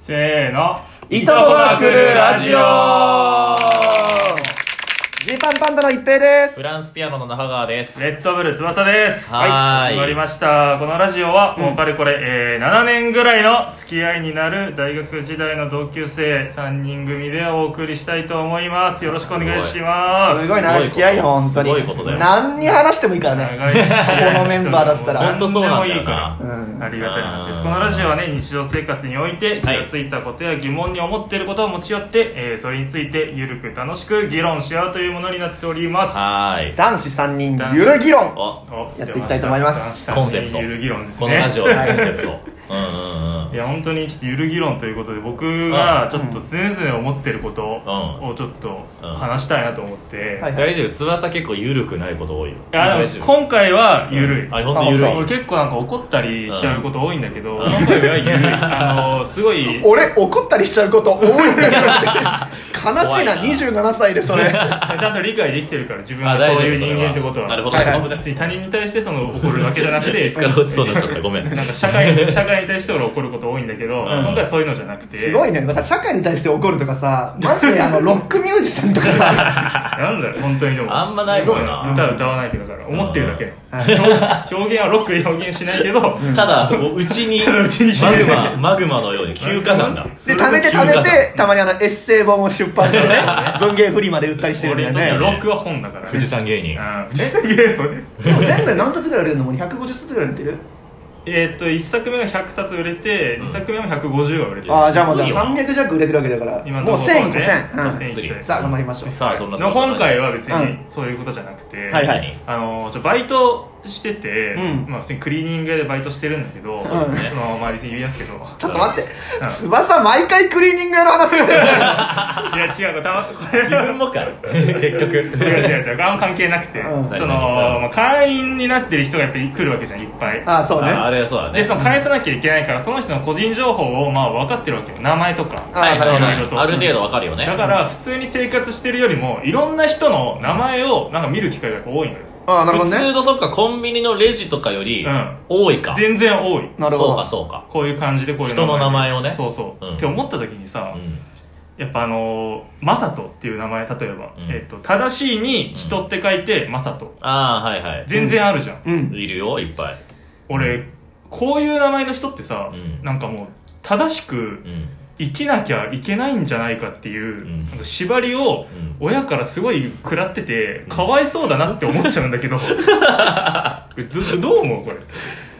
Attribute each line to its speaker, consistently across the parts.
Speaker 1: せーの
Speaker 2: いとこが来るラジオジーパンパンダの一平です
Speaker 3: フランスピアノの中川です。
Speaker 1: レッドブル翼です
Speaker 3: はーい
Speaker 1: 始まりましたこのラジオはもうかれこれ、えー7年ぐらいの付き合いになる大学時代の同級生3人組でお送りしたいと思いますよろしくお願いします
Speaker 2: すごい
Speaker 3: す
Speaker 2: な
Speaker 3: ごいこと
Speaker 2: 付き合いよ本当に
Speaker 3: すごいことだよ
Speaker 2: 何に話してもいいからね
Speaker 1: 長い付き合い
Speaker 2: このメンバーだったら
Speaker 1: 本当そうなんだよな
Speaker 3: 本
Speaker 2: そ
Speaker 3: 当
Speaker 2: うなんだよなうん
Speaker 1: ありがたい話です
Speaker 3: うん
Speaker 1: このラジオはね日常生活において気
Speaker 3: はい
Speaker 1: がついたことや疑問に思っていることを持ち寄って、えーそれについてゆるく楽しく議論し合うというものになっております
Speaker 3: はーい。
Speaker 2: 男子3人ゆる議論
Speaker 3: お、
Speaker 1: お
Speaker 2: やっていきたいと思います
Speaker 1: 出
Speaker 3: コ
Speaker 1: ま
Speaker 3: ン
Speaker 1: した
Speaker 3: セプト
Speaker 1: ゆる議論ですね
Speaker 3: このラジオの
Speaker 2: は
Speaker 3: コ
Speaker 2: い
Speaker 3: ンセプト。うんうんうん
Speaker 1: い。や本当にちょっとゆる議論ということで僕がちょっと常々思ってることをちょっと話したいなと思って、
Speaker 2: はい
Speaker 3: 大丈夫翼結構緩くないこと多いよ。
Speaker 1: いやでも今回はゆるい、
Speaker 3: あ、ほんと緩
Speaker 2: あ
Speaker 1: 俺
Speaker 3: い。
Speaker 1: 結構なんか怒ったりしちゃうこと多いんだけど、今回はゆるいあのすご い
Speaker 2: 俺怒ったりしちゃうこと多いん だけどって悲しいな
Speaker 3: 怖い
Speaker 2: 27歳で それ
Speaker 1: ちゃんと理解できてるから自分
Speaker 3: あ
Speaker 1: が
Speaker 3: 大丈夫
Speaker 1: そういう
Speaker 3: それ
Speaker 1: 人
Speaker 3: は
Speaker 1: 間ってことは
Speaker 3: なるほど
Speaker 2: はいはい
Speaker 3: 危ない
Speaker 1: 別に他人に対してその怒るだけじゃなく て
Speaker 3: 椅子から落ちそうになっちゃったごめん
Speaker 1: なんか社会社会に対して俺怒ること多いんだけど、今回はそういうのじゃなくて
Speaker 2: すごいねだから社会に対して怒るとかさマジであのロックミュージシャンとかさ
Speaker 1: なんだよ本当にでも
Speaker 3: あんまないもんな
Speaker 1: すごい歌歌わないけどだから思ってるだけ
Speaker 2: は
Speaker 1: 表表現はロックで表現しないけど
Speaker 3: ただ、うち に、
Speaker 1: うちに
Speaker 3: マグマ、マグマのように急火山だ。
Speaker 2: で貯めて貯めてたまにあのエッセイ本を出版 してね文芸フリマで売ったりしてるんだ
Speaker 1: 俺
Speaker 2: よ
Speaker 1: にとってはロッ
Speaker 2: ね
Speaker 1: クは本だから
Speaker 3: 富士山芸 人。
Speaker 1: うんえいやそれ
Speaker 2: でも全部何冊ぐらい売れるのもう150冊ぐらい売れてる
Speaker 1: えーっと1作目が100冊売れて2作目も150は売れてる
Speaker 2: ああじゃあもう
Speaker 3: すごいよ
Speaker 2: 300弱売れてるわけだから
Speaker 1: 今の
Speaker 2: もう
Speaker 1: ところ
Speaker 2: 1000 5000、
Speaker 1: ね
Speaker 2: う
Speaker 1: 1000いきたい
Speaker 2: ん、さあ頑張りましょう
Speaker 3: さあ、そんな
Speaker 1: でも今回
Speaker 3: は。
Speaker 1: は別
Speaker 2: うん
Speaker 1: にそういうことじゃなくて、
Speaker 2: はいはい
Speaker 1: あのちょバイトしてて、
Speaker 2: うん
Speaker 1: まあ、普通にクリーニング屋でバイトしてるんだけど、そのまあ別に言い ますけど
Speaker 2: ちょっと待って、
Speaker 1: うん
Speaker 2: 翼毎回クリーニング屋の話して る
Speaker 1: い
Speaker 2: ね
Speaker 1: や違うたまこれ
Speaker 3: 自分も かい。結局。
Speaker 1: 違う違う違うあんま関係なくて、
Speaker 2: うん
Speaker 1: その、
Speaker 3: はい
Speaker 1: まあ、会員になってる人がやっぱり来るわけじゃんいっぱい
Speaker 2: ああそうね
Speaker 3: ああれはそうだね。
Speaker 1: でその返さなきゃいけないからその人の個人情報をまあ分かってるわけよ名前とか
Speaker 2: あ
Speaker 3: はいはいはい
Speaker 1: いろいろと
Speaker 3: ある程度わかるよね。
Speaker 1: だから普通に生活してるよりもいろんな人の名前をなんか見る機会が多いのよ
Speaker 2: ああなるほ
Speaker 3: 普
Speaker 2: どね
Speaker 3: 通のそっかコンビニのレジとかより
Speaker 1: うん
Speaker 3: 多いか、
Speaker 1: 全然多い
Speaker 2: なるほ
Speaker 3: そう
Speaker 2: ど
Speaker 3: かそうか
Speaker 1: こういう感じでこういう
Speaker 3: 人の名前をね
Speaker 1: そうそう、
Speaker 3: う
Speaker 1: っ
Speaker 3: ん
Speaker 1: て思った時にさ、
Speaker 3: うん
Speaker 1: やっぱあのーマサトっていう名前例えば、
Speaker 3: うん
Speaker 1: えっと正しいに人って書いてマサト
Speaker 3: ああはいはい
Speaker 1: 全然あるじゃん、
Speaker 2: うん
Speaker 3: いるよいっぱい
Speaker 1: 俺こういう名前の人ってさ、
Speaker 3: うん
Speaker 1: なんかもう正しく
Speaker 3: うん
Speaker 1: 生きなきゃいけないんじゃないかっていう、
Speaker 3: うん
Speaker 1: なんか縛りを
Speaker 3: うん
Speaker 1: 親からすごい食らっててかわいそうだなって思っちゃうんだ けどどどう思うこれ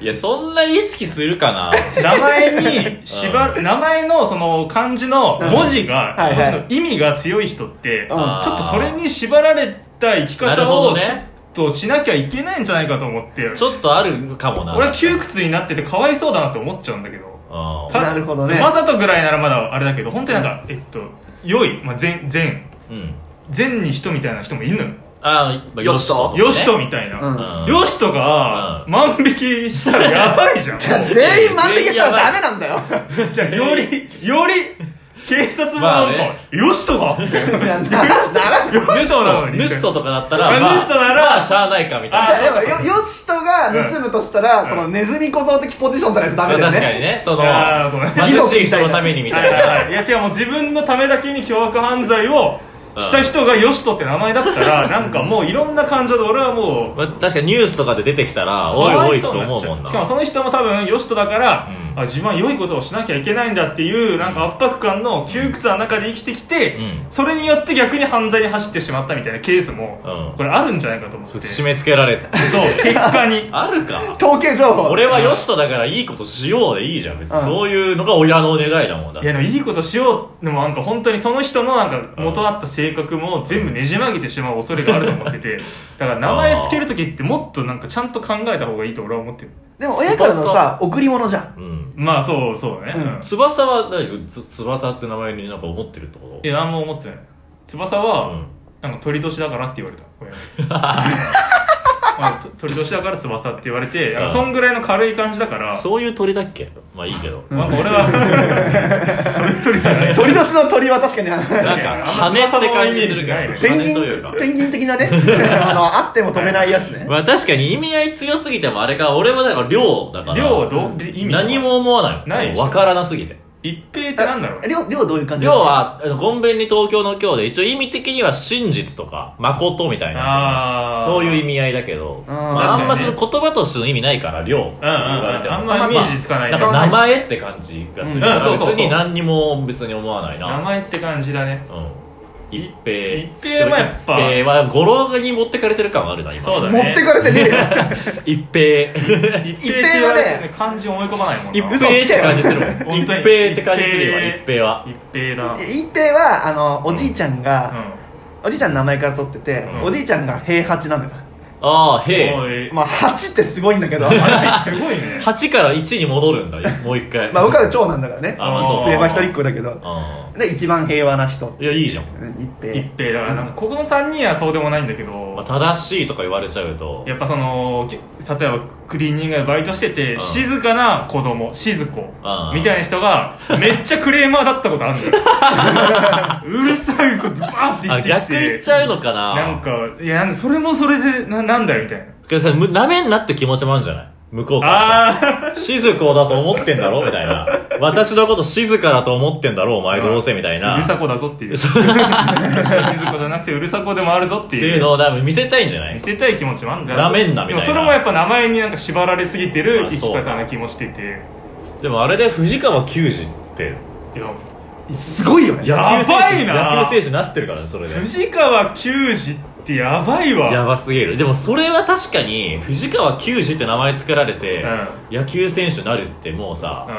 Speaker 3: いやそんな意識するかな
Speaker 1: 名前に縛る名前のその漢字の文字が、
Speaker 2: うんはいはい
Speaker 1: 文字の意味が強い人って、
Speaker 2: うん
Speaker 1: ちょっとそれに縛られた生き
Speaker 3: なる
Speaker 1: 方
Speaker 3: ほ
Speaker 1: を
Speaker 3: ど
Speaker 1: ちょっ
Speaker 3: ね
Speaker 1: としなきゃいけないんじゃないかと思って
Speaker 3: ちょっとあるかもな
Speaker 1: 俺は窮屈になっててかわいそうだなって思っちゃうんだけど
Speaker 3: あ
Speaker 2: なるほどね
Speaker 1: まさとぐらいならまだあれだけど本当になんか、えっと良い、まあ、善善
Speaker 3: ーうん
Speaker 1: 善に人みたいな人もいるのよ
Speaker 3: あー、まあよしと
Speaker 1: よしと
Speaker 3: ね
Speaker 1: みたいな、
Speaker 2: うん
Speaker 3: うん
Speaker 1: よしとが
Speaker 3: う
Speaker 1: 万引きしたらやばい じゃん
Speaker 2: 全員満的したらダメなんだよ
Speaker 1: じゃあよりより警察もなんか、
Speaker 3: まあ
Speaker 1: よしと が
Speaker 2: い やならなら
Speaker 1: よ
Speaker 3: ヌ
Speaker 1: し
Speaker 3: ス
Speaker 1: とな
Speaker 3: ト
Speaker 1: のに
Speaker 3: ヌストとかだったら
Speaker 1: あ
Speaker 3: まあ
Speaker 1: ヌストなら
Speaker 3: まあしゃあないかみたい
Speaker 1: あ
Speaker 3: な
Speaker 2: じゃあでもよよしとが盗むとしたら、そのネズミ小僧的ポジションじゃないとダ
Speaker 3: まあ
Speaker 2: メだよ
Speaker 3: 確か
Speaker 2: ね
Speaker 3: にねその
Speaker 1: あーそうね
Speaker 3: 貧しい人のためにみた
Speaker 1: はい
Speaker 3: いな
Speaker 1: はいはいいや違うもう自分のためだけに凶悪犯罪をした人がよしとって名前だった らなんかもういろんな感情で俺はもう
Speaker 3: まあ確かにニュースとかで出てきた
Speaker 1: か
Speaker 3: らおい
Speaker 1: わ
Speaker 3: おい
Speaker 1: そ
Speaker 3: と
Speaker 1: にな
Speaker 3: 思
Speaker 1: っ
Speaker 3: う
Speaker 1: ちゃ
Speaker 3: もんな
Speaker 1: しかもその人も多分よしとだから、
Speaker 3: うん
Speaker 1: あ自分は良いことをしなきゃいけないんだっていうなんか圧迫感の窮屈な中で生きてきて、
Speaker 3: うん
Speaker 1: それによって逆に犯罪に走ってしまったみたいなケースも、
Speaker 3: うん
Speaker 1: これあるんじゃないかと思って
Speaker 3: 締め付けられた
Speaker 1: そう結果に
Speaker 3: あるか
Speaker 2: 統計情報
Speaker 3: 俺はよしとだからいいことしようでいいじゃん別に
Speaker 2: うん
Speaker 3: そういうのが親のお願いだもん
Speaker 1: い
Speaker 3: だって
Speaker 1: やでもいいことしようでもなんか本当にその人のなんか元あった性格も全部ねじ曲げてしまう恐れがあると思って てだから名前つける時ってもっとなんかちゃんと考えた方がいいと俺は思ってる
Speaker 2: でも親からのさ贈り物じゃん
Speaker 3: うん
Speaker 1: まあそうそうね、
Speaker 2: うん
Speaker 1: うん
Speaker 3: 翼は大丈夫つ翼って名前になんか思ってるってこと
Speaker 1: いや何も思ってない翼
Speaker 3: う
Speaker 1: は
Speaker 3: ん、
Speaker 1: なんか鳥年だからって言われたこれ あと鳥年だから翼って言われてなんかそんぐらいの軽い感じだから、
Speaker 3: そういう鳥だっけまあいいけど、
Speaker 1: まあ、俺 はそれ鳥じゃない
Speaker 2: 鳥年の鳥は確か にあの
Speaker 3: なんか羽って感じするから
Speaker 1: あんま
Speaker 2: ペン
Speaker 3: 羽
Speaker 2: ギン
Speaker 3: というか
Speaker 2: ペンギン的 なねあのあっても止めないやつね
Speaker 3: まあ確かに意味合い強すぎてもあれか俺はだから量だから
Speaker 1: 量はどう意味は
Speaker 3: 何も思わない
Speaker 1: ないでしょ
Speaker 3: 分からなすぎて
Speaker 1: い一平ってなんだろうね
Speaker 2: りょう、りょうどういう感じ
Speaker 3: 要は、あのゴンベンに東京の今日で、一応意味的には真実とか、誠みたいな、
Speaker 1: ああ
Speaker 3: そういう意
Speaker 1: 味
Speaker 3: 味合いだけど、
Speaker 2: うん
Speaker 3: まあ、あんま
Speaker 1: 確
Speaker 3: そ
Speaker 1: かに
Speaker 3: の
Speaker 1: ね
Speaker 3: 言葉としての意味ないから、量って
Speaker 1: うんうん
Speaker 3: 言われても。
Speaker 1: あんまイメージつかない
Speaker 3: なん
Speaker 1: ね
Speaker 3: か名前って感じがするか
Speaker 1: うん
Speaker 3: ら、
Speaker 1: うんそうそうそう
Speaker 3: 別に何にも別に思わない
Speaker 1: 名
Speaker 3: な。
Speaker 1: 前って感じだね
Speaker 3: うん。一平。
Speaker 1: 一平はやっぱ
Speaker 3: 一平は語呂に持ってかれてる感はあるな、今。
Speaker 1: そうだね
Speaker 2: 持ってかれてねえよ。
Speaker 3: 一 平。
Speaker 1: 一平
Speaker 2: 一
Speaker 1: って
Speaker 2: 平
Speaker 1: 言わ
Speaker 2: は
Speaker 1: れて
Speaker 2: ね、
Speaker 1: ね漢字思い込まないもんな
Speaker 3: 一平って感じするもん。
Speaker 1: 嘘
Speaker 3: 一平って感じするよ、
Speaker 1: 一平
Speaker 3: 一平は。
Speaker 1: 一平だな
Speaker 2: 一平は、あの、おじいちゃんが、
Speaker 1: う
Speaker 2: おじいちゃんの名前から取ってて
Speaker 1: うん、
Speaker 2: おじいちゃんが平八なのよ。
Speaker 3: ああ、
Speaker 1: ん
Speaker 3: へ
Speaker 1: お
Speaker 3: え。
Speaker 1: い
Speaker 2: まあ、八ってすごいんだけど、
Speaker 1: 話すごいね
Speaker 3: 8から1に戻るんだよ、もう一 回。
Speaker 2: まあ、僕は長男だからね。
Speaker 3: あまあそうか
Speaker 2: 上は一人っ子だけど。
Speaker 3: あ
Speaker 2: で、一番平和な人。
Speaker 3: あいや、いいじゃん。
Speaker 2: うん一平。
Speaker 1: 一平だからなんかここの3人はそうでもないんだけ
Speaker 3: まあ、
Speaker 1: ど
Speaker 3: 正しいとか言われちゃうと、
Speaker 1: やっぱそのけ例えばクリーニングでバイトしてて
Speaker 3: ん
Speaker 1: 静かな子供静子
Speaker 3: うん
Speaker 1: みたいな人がめっちゃクレーマーだったことあるんだよう るさいことバーって言っ
Speaker 3: あ
Speaker 1: てきて
Speaker 3: 逆言っちゃうのかな
Speaker 1: なんかいやなんかそれもそれでななんだよみたいな
Speaker 3: けどさむなめんなって気持ちもあるんじゃない向こうからしたら
Speaker 1: あ
Speaker 3: 静子だと思ってんだろみたいな。私のこと静かだと思ってんだろお前どうせみたい
Speaker 1: あ
Speaker 3: な。
Speaker 1: うるさ子だぞっていう静
Speaker 3: そ
Speaker 1: 子じゃなくてうるさ子でもあるぞって
Speaker 3: ってい
Speaker 1: いうう
Speaker 3: のを多分見せたいんじゃない
Speaker 1: 見せたい気持ちもあるんだよ
Speaker 3: なめんなみ
Speaker 1: で
Speaker 3: たいな
Speaker 1: もそれもやっぱ名前になんか縛られすぎてる
Speaker 3: あ
Speaker 1: 生
Speaker 3: そ
Speaker 1: き
Speaker 3: うか
Speaker 1: 方な気もしてて
Speaker 3: でもあれで藤川球児って
Speaker 1: いや
Speaker 2: すごいよね。
Speaker 1: やばいな
Speaker 3: 野球選手野球選手になってるからね、それで。
Speaker 1: 藤川球児ってやばいわ
Speaker 3: やばすぎる。でもそれは確かに藤川球児って名前つけられて、野球選手になるってもうさ、
Speaker 1: う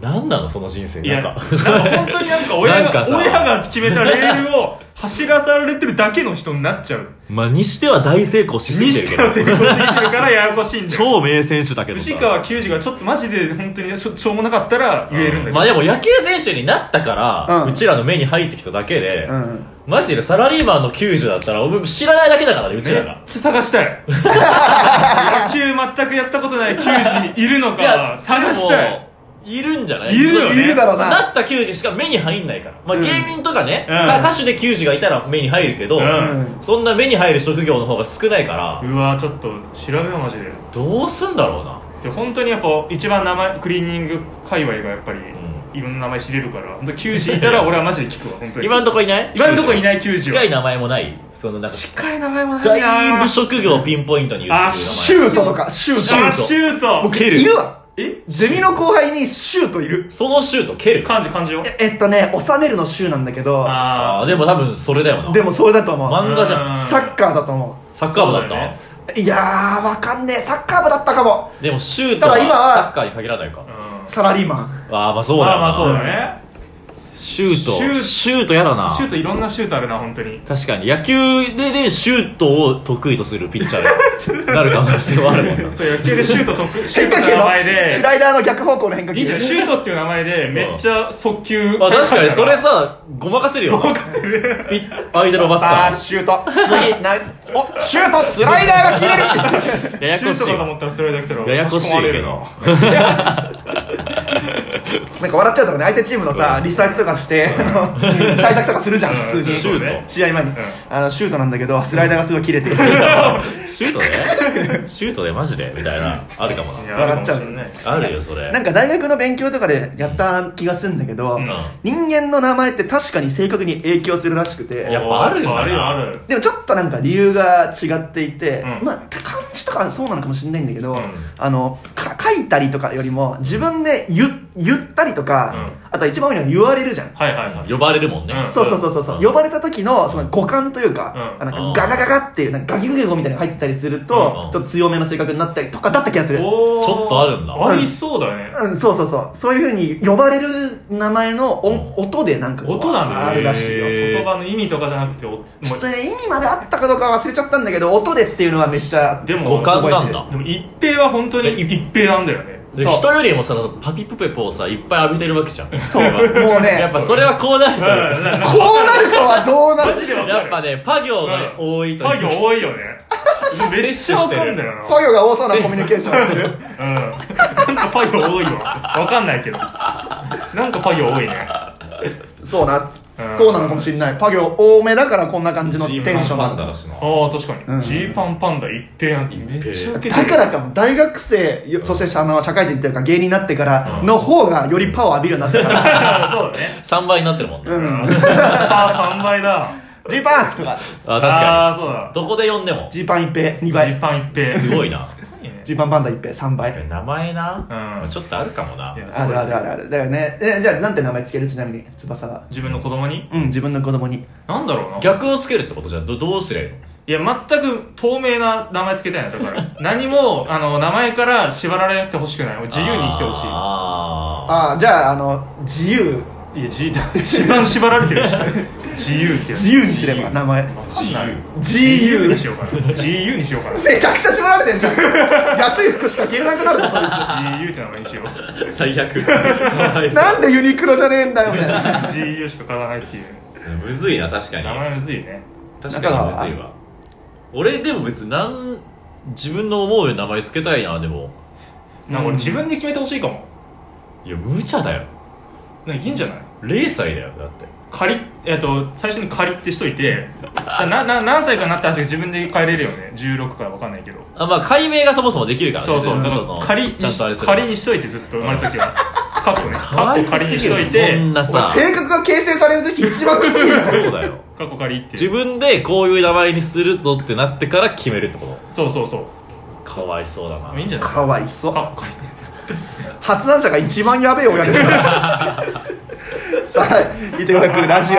Speaker 3: 何なのその人生
Speaker 1: んいや
Speaker 3: なん
Speaker 1: なんか
Speaker 3: か。
Speaker 1: 本当になんか親
Speaker 3: なん
Speaker 1: が
Speaker 3: かさ
Speaker 1: 親が決めたレールを走らされてるだけの人になっちゃう
Speaker 3: まあ、にしては大成功しすぎ
Speaker 1: に
Speaker 3: てる
Speaker 1: して
Speaker 3: けど
Speaker 1: は。成功すぎてるからややこしいんだよ
Speaker 3: 超名選手だけどさ
Speaker 1: 藤川球児がちょっとマジで本当にしょしょうもなかったら言えるんだけど、
Speaker 3: まあでも野球選手になったから、
Speaker 2: う
Speaker 3: うんちらの目に入ってきただけで、
Speaker 2: うん。
Speaker 3: マジでサラリーマンの90だったら、俺知らないだけだからね、うち
Speaker 1: め
Speaker 3: ら
Speaker 1: っ
Speaker 3: が。
Speaker 1: ちゃ探したい野球全くやったことない球児いるのか探したい。
Speaker 3: いるんじゃない
Speaker 1: いるよね
Speaker 2: いるだろう
Speaker 3: な
Speaker 2: な。
Speaker 3: った球児しか目に入んないから。まあ
Speaker 2: うん
Speaker 3: 芸人とかね、
Speaker 1: うん
Speaker 3: か歌手で球児がいたら目に入るけど、
Speaker 1: うん
Speaker 3: そんな目に入る職業の方が少ないから、
Speaker 1: うわちょっと調べようマジで
Speaker 3: どうすんだろうな。
Speaker 1: で本当にやっぱ一番名前クリーニング界隈がやっぱり
Speaker 3: ん
Speaker 1: いろんな名前知れるから本当球児いたら俺はマジで聞くわ本当に
Speaker 3: 今んとこいない。
Speaker 1: 今んとこいないい球児は
Speaker 3: 近い名前もないそのなんか、
Speaker 1: 近い名前もない
Speaker 3: だいぶ
Speaker 1: シ
Speaker 3: 職業をピンポイントに言うっていう名前。
Speaker 1: あ
Speaker 2: シュートとか、シュー
Speaker 3: シ
Speaker 2: ト。
Speaker 3: ュ
Speaker 1: ュ
Speaker 3: ー
Speaker 1: ー
Speaker 3: ト
Speaker 1: トシュート
Speaker 2: 僕、
Speaker 3: 蹴る
Speaker 2: いるわ。
Speaker 1: え
Speaker 2: ゼミの後輩にシュートいる。
Speaker 3: そのシュート蹴る
Speaker 1: 漢字漢字を
Speaker 2: ええっとね、収めるのシューなんだけど、
Speaker 1: あ
Speaker 3: あーでも多分それだよな
Speaker 2: でもそれだと思
Speaker 3: 漫
Speaker 2: う。
Speaker 3: 画じゃん
Speaker 1: う
Speaker 2: サッカーだと思
Speaker 3: サッカー部だっ
Speaker 1: そうだよね
Speaker 3: た
Speaker 2: う。いやー、わかんねえ。サッカー部だったかも。
Speaker 3: でもシュートは
Speaker 2: ただ今は
Speaker 3: サッカーに限らないか
Speaker 1: うん
Speaker 2: サラリーマン。
Speaker 3: ああまあそうだ
Speaker 1: まあ
Speaker 3: よな
Speaker 1: まあそうだね
Speaker 3: シュート
Speaker 1: シ
Speaker 3: シ
Speaker 1: ュ
Speaker 3: ュ
Speaker 1: ー
Speaker 3: ー
Speaker 1: ト
Speaker 3: トやだな
Speaker 1: シュートいろんなシュートあるな本当に
Speaker 3: 確かに野球ででシュートを得意とするピッチャ ーになる可能性はあるもんな
Speaker 1: そう野球でシュート得シュー
Speaker 2: 変
Speaker 1: ト
Speaker 2: 化
Speaker 1: の
Speaker 2: 球
Speaker 1: 名
Speaker 2: の
Speaker 1: 前で
Speaker 2: スライダーの逆方向の変化
Speaker 1: いい
Speaker 2: 球
Speaker 1: じゃんシュートっていう名前でめっちゃ速球
Speaker 3: まあ確かにそれさごまかせるよなピッ相手のバッ
Speaker 2: さあ
Speaker 3: タ
Speaker 2: シュート次なおシュートスライダーが切れる
Speaker 3: ーややこし
Speaker 1: シュートか
Speaker 3: い
Speaker 1: と
Speaker 3: わ
Speaker 1: 思ったらそれだけたら
Speaker 3: ややこしい
Speaker 1: 差込まれ
Speaker 3: け
Speaker 1: る
Speaker 3: ど
Speaker 1: な
Speaker 2: なんか笑っちゃうとかね相手チームのさリサーチとかしてあの対策とかするじゃん
Speaker 1: うん
Speaker 2: 普通に
Speaker 1: シ
Speaker 3: ュート
Speaker 2: 試合前に
Speaker 1: ん
Speaker 2: あのシュートなんだけどスライダーがすごい切れてる
Speaker 3: シュー トでシュートでマジでみたいなあるかも
Speaker 1: い
Speaker 3: な
Speaker 1: や
Speaker 2: 笑っちゃう
Speaker 1: あるかもしんない
Speaker 3: あるよそれ
Speaker 2: なんか大学の勉強とかでやった気がするんだけど、
Speaker 1: うん
Speaker 2: 人間の名前って確かに性格に影響するらしくて
Speaker 3: やっぱあるんだな
Speaker 1: あるよある
Speaker 2: でもちょっとなんか理由が違っていて、
Speaker 1: うん
Speaker 2: まあ漢字とかはそうなのかもしれないんだけど、
Speaker 1: うん
Speaker 2: あのか書いたりとかよりも自分で言言ったりとか、あとは一番多いのは言われるじゃん、
Speaker 1: はいはいはい
Speaker 3: 呼ばれるもんね
Speaker 1: うん
Speaker 2: そうそうそうそうそう、呼ばれた時のその五感というか,、
Speaker 1: うん
Speaker 2: なんかガガガガっていうなんかガギグゲゴみたいなのが入ってたりする
Speaker 3: うん
Speaker 2: と、
Speaker 3: うん
Speaker 2: ちょっと強めの性格になったりとかだった気がする、
Speaker 1: おー
Speaker 3: ちょっとあるんだ
Speaker 1: ありそうだね
Speaker 2: うん、そうそうそうそういうふうに呼ばれる名前の音,、音でなんかこう
Speaker 1: 音なんだね
Speaker 2: あるらしいよ
Speaker 3: へ
Speaker 1: 言
Speaker 3: ー
Speaker 1: 葉の意味とかじゃなくてお
Speaker 2: ちょっとね意味まであったかどうかは忘れちゃったんだけど音でっていうのはめっちゃ
Speaker 1: でも
Speaker 3: 五感なんだ
Speaker 1: でも一平は本当に
Speaker 3: え一
Speaker 1: 一平なんだよね
Speaker 3: で
Speaker 2: そう
Speaker 3: 人よりもさパピプペポをさいっぱい浴びてるわけじゃん
Speaker 2: そうもうね
Speaker 3: やっぱそれはこうなるというか
Speaker 2: こうなるとはどうな
Speaker 1: マ
Speaker 2: る
Speaker 1: ジでわか
Speaker 3: やっ
Speaker 1: る
Speaker 3: ぱね、パ行が多いと
Speaker 1: 作
Speaker 3: い
Speaker 1: 業
Speaker 3: う。
Speaker 1: 多い よねめっちゃわかんだよな
Speaker 2: 作業が多そうなコミュニケーションをする
Speaker 1: うん。なんかパ行多いわ。わかんないけど。なんかパ行多いね。
Speaker 2: そうな
Speaker 1: うん
Speaker 2: そうなのかもしれないパ行多めだからこんな感じのテンション
Speaker 3: ジーパ
Speaker 2: な
Speaker 3: ン
Speaker 2: ん
Speaker 3: パンダ
Speaker 2: だ
Speaker 3: だしな
Speaker 1: ああ確か
Speaker 2: うん
Speaker 1: にジー、パンパンダ一平安
Speaker 3: 一平
Speaker 1: めっちゃウケて
Speaker 2: だ
Speaker 1: る
Speaker 2: からかも大学生よそしてあの社会人というか芸人になってからの方がよりパワー浴びるようになったから
Speaker 1: そうだね
Speaker 3: 3倍になってるもんね、
Speaker 2: う
Speaker 1: うんんあー3倍だ
Speaker 2: ジーパンとか
Speaker 3: あ確
Speaker 1: あ
Speaker 3: か
Speaker 1: あそうだ
Speaker 3: にどこで呼んでも
Speaker 2: ジーパン一平2
Speaker 1: ジ
Speaker 2: 倍
Speaker 1: ーパン一平
Speaker 3: すごいな
Speaker 2: ジーパンパンダ一平3倍
Speaker 3: 名前な、まあちょっとあるかもない
Speaker 1: や
Speaker 2: あるあるあるあるだよねえじゃあなんて名前つけるちなみに翼は
Speaker 1: 自分の子供に
Speaker 2: うん自分の子供に
Speaker 1: なんだろうな
Speaker 3: 逆をつけるってことじゃんどどうすりゃいいの
Speaker 1: いや全く透明な名前つけたいなだから 何もあの名前から縛られてほしくないもう自由に生きてほしい
Speaker 3: あー
Speaker 2: ああじゃああの自由
Speaker 1: いや自 由一番縛られてるし自由ってやつ
Speaker 2: 自由にすれば名前
Speaker 1: 自由
Speaker 2: 自
Speaker 1: 自由
Speaker 2: 由
Speaker 1: にしようかな自由にしようかな
Speaker 2: めちゃくちゃ絞られてんじゃん 安い服しか着れなくなるぞそい
Speaker 1: 自由って名前にしよう
Speaker 3: 最悪かわい
Speaker 2: つ
Speaker 3: そ
Speaker 2: なんでユニクロじゃねえんだよみたいな
Speaker 1: 自由しか買わないっていう
Speaker 3: うむずいな確かに
Speaker 1: 名前むずいね
Speaker 3: 確かにむずいわ俺でも別になん自分の思う名前つけたいなでも
Speaker 1: なんか
Speaker 2: うん
Speaker 1: 俺自分で決めてほしいかも
Speaker 3: いや無茶だよ
Speaker 1: なんかいいんじゃない
Speaker 3: 0歳だよだって
Speaker 1: 仮えっと最初に仮ってしとい てなな何歳かなった話が自分で変えれるよね16から分かんないけど
Speaker 3: あまあ解明がそもそもできるからね
Speaker 1: そうそう
Speaker 3: 全
Speaker 1: だ
Speaker 3: 然
Speaker 1: から
Speaker 3: の
Speaker 1: 仮に
Speaker 3: ちゃんとあれ
Speaker 1: し
Speaker 3: すれば
Speaker 1: 仮にしといてずっと生まれた時はカッコね
Speaker 3: か
Speaker 1: カ
Speaker 3: わ
Speaker 1: ッ
Speaker 3: い
Speaker 1: コ
Speaker 3: そう
Speaker 1: 仮
Speaker 3: す
Speaker 1: に
Speaker 3: ぎ
Speaker 1: し
Speaker 3: る
Speaker 1: とい
Speaker 3: そ
Speaker 1: て
Speaker 3: んなさ
Speaker 2: 性格が形成される時一番きついじゃん
Speaker 3: そうだよ
Speaker 1: カッコ仮って
Speaker 3: 自分でこういう名前にするぞってなってから決めるってこ
Speaker 1: そうそうそう
Speaker 3: とかわいそうだない
Speaker 1: いんじゃない
Speaker 2: かわいそう
Speaker 1: カッコ仮
Speaker 2: 発案者が一番やべえ親でした さあ伊藤君ラジオ、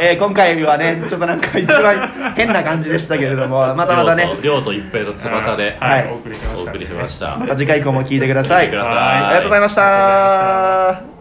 Speaker 2: えー今回はねちょっとなんか一番変な感じでしたけれどもまたまた
Speaker 3: 亮と
Speaker 2: ね
Speaker 3: 亮と一平と翼で
Speaker 1: はい、
Speaker 2: はい
Speaker 1: お送りしまし
Speaker 3: お
Speaker 1: た
Speaker 3: 送りしました
Speaker 2: また次回以降も聞いてください
Speaker 3: 聞いてくだ
Speaker 1: さい
Speaker 2: ありがとうございました
Speaker 1: ありがとうございました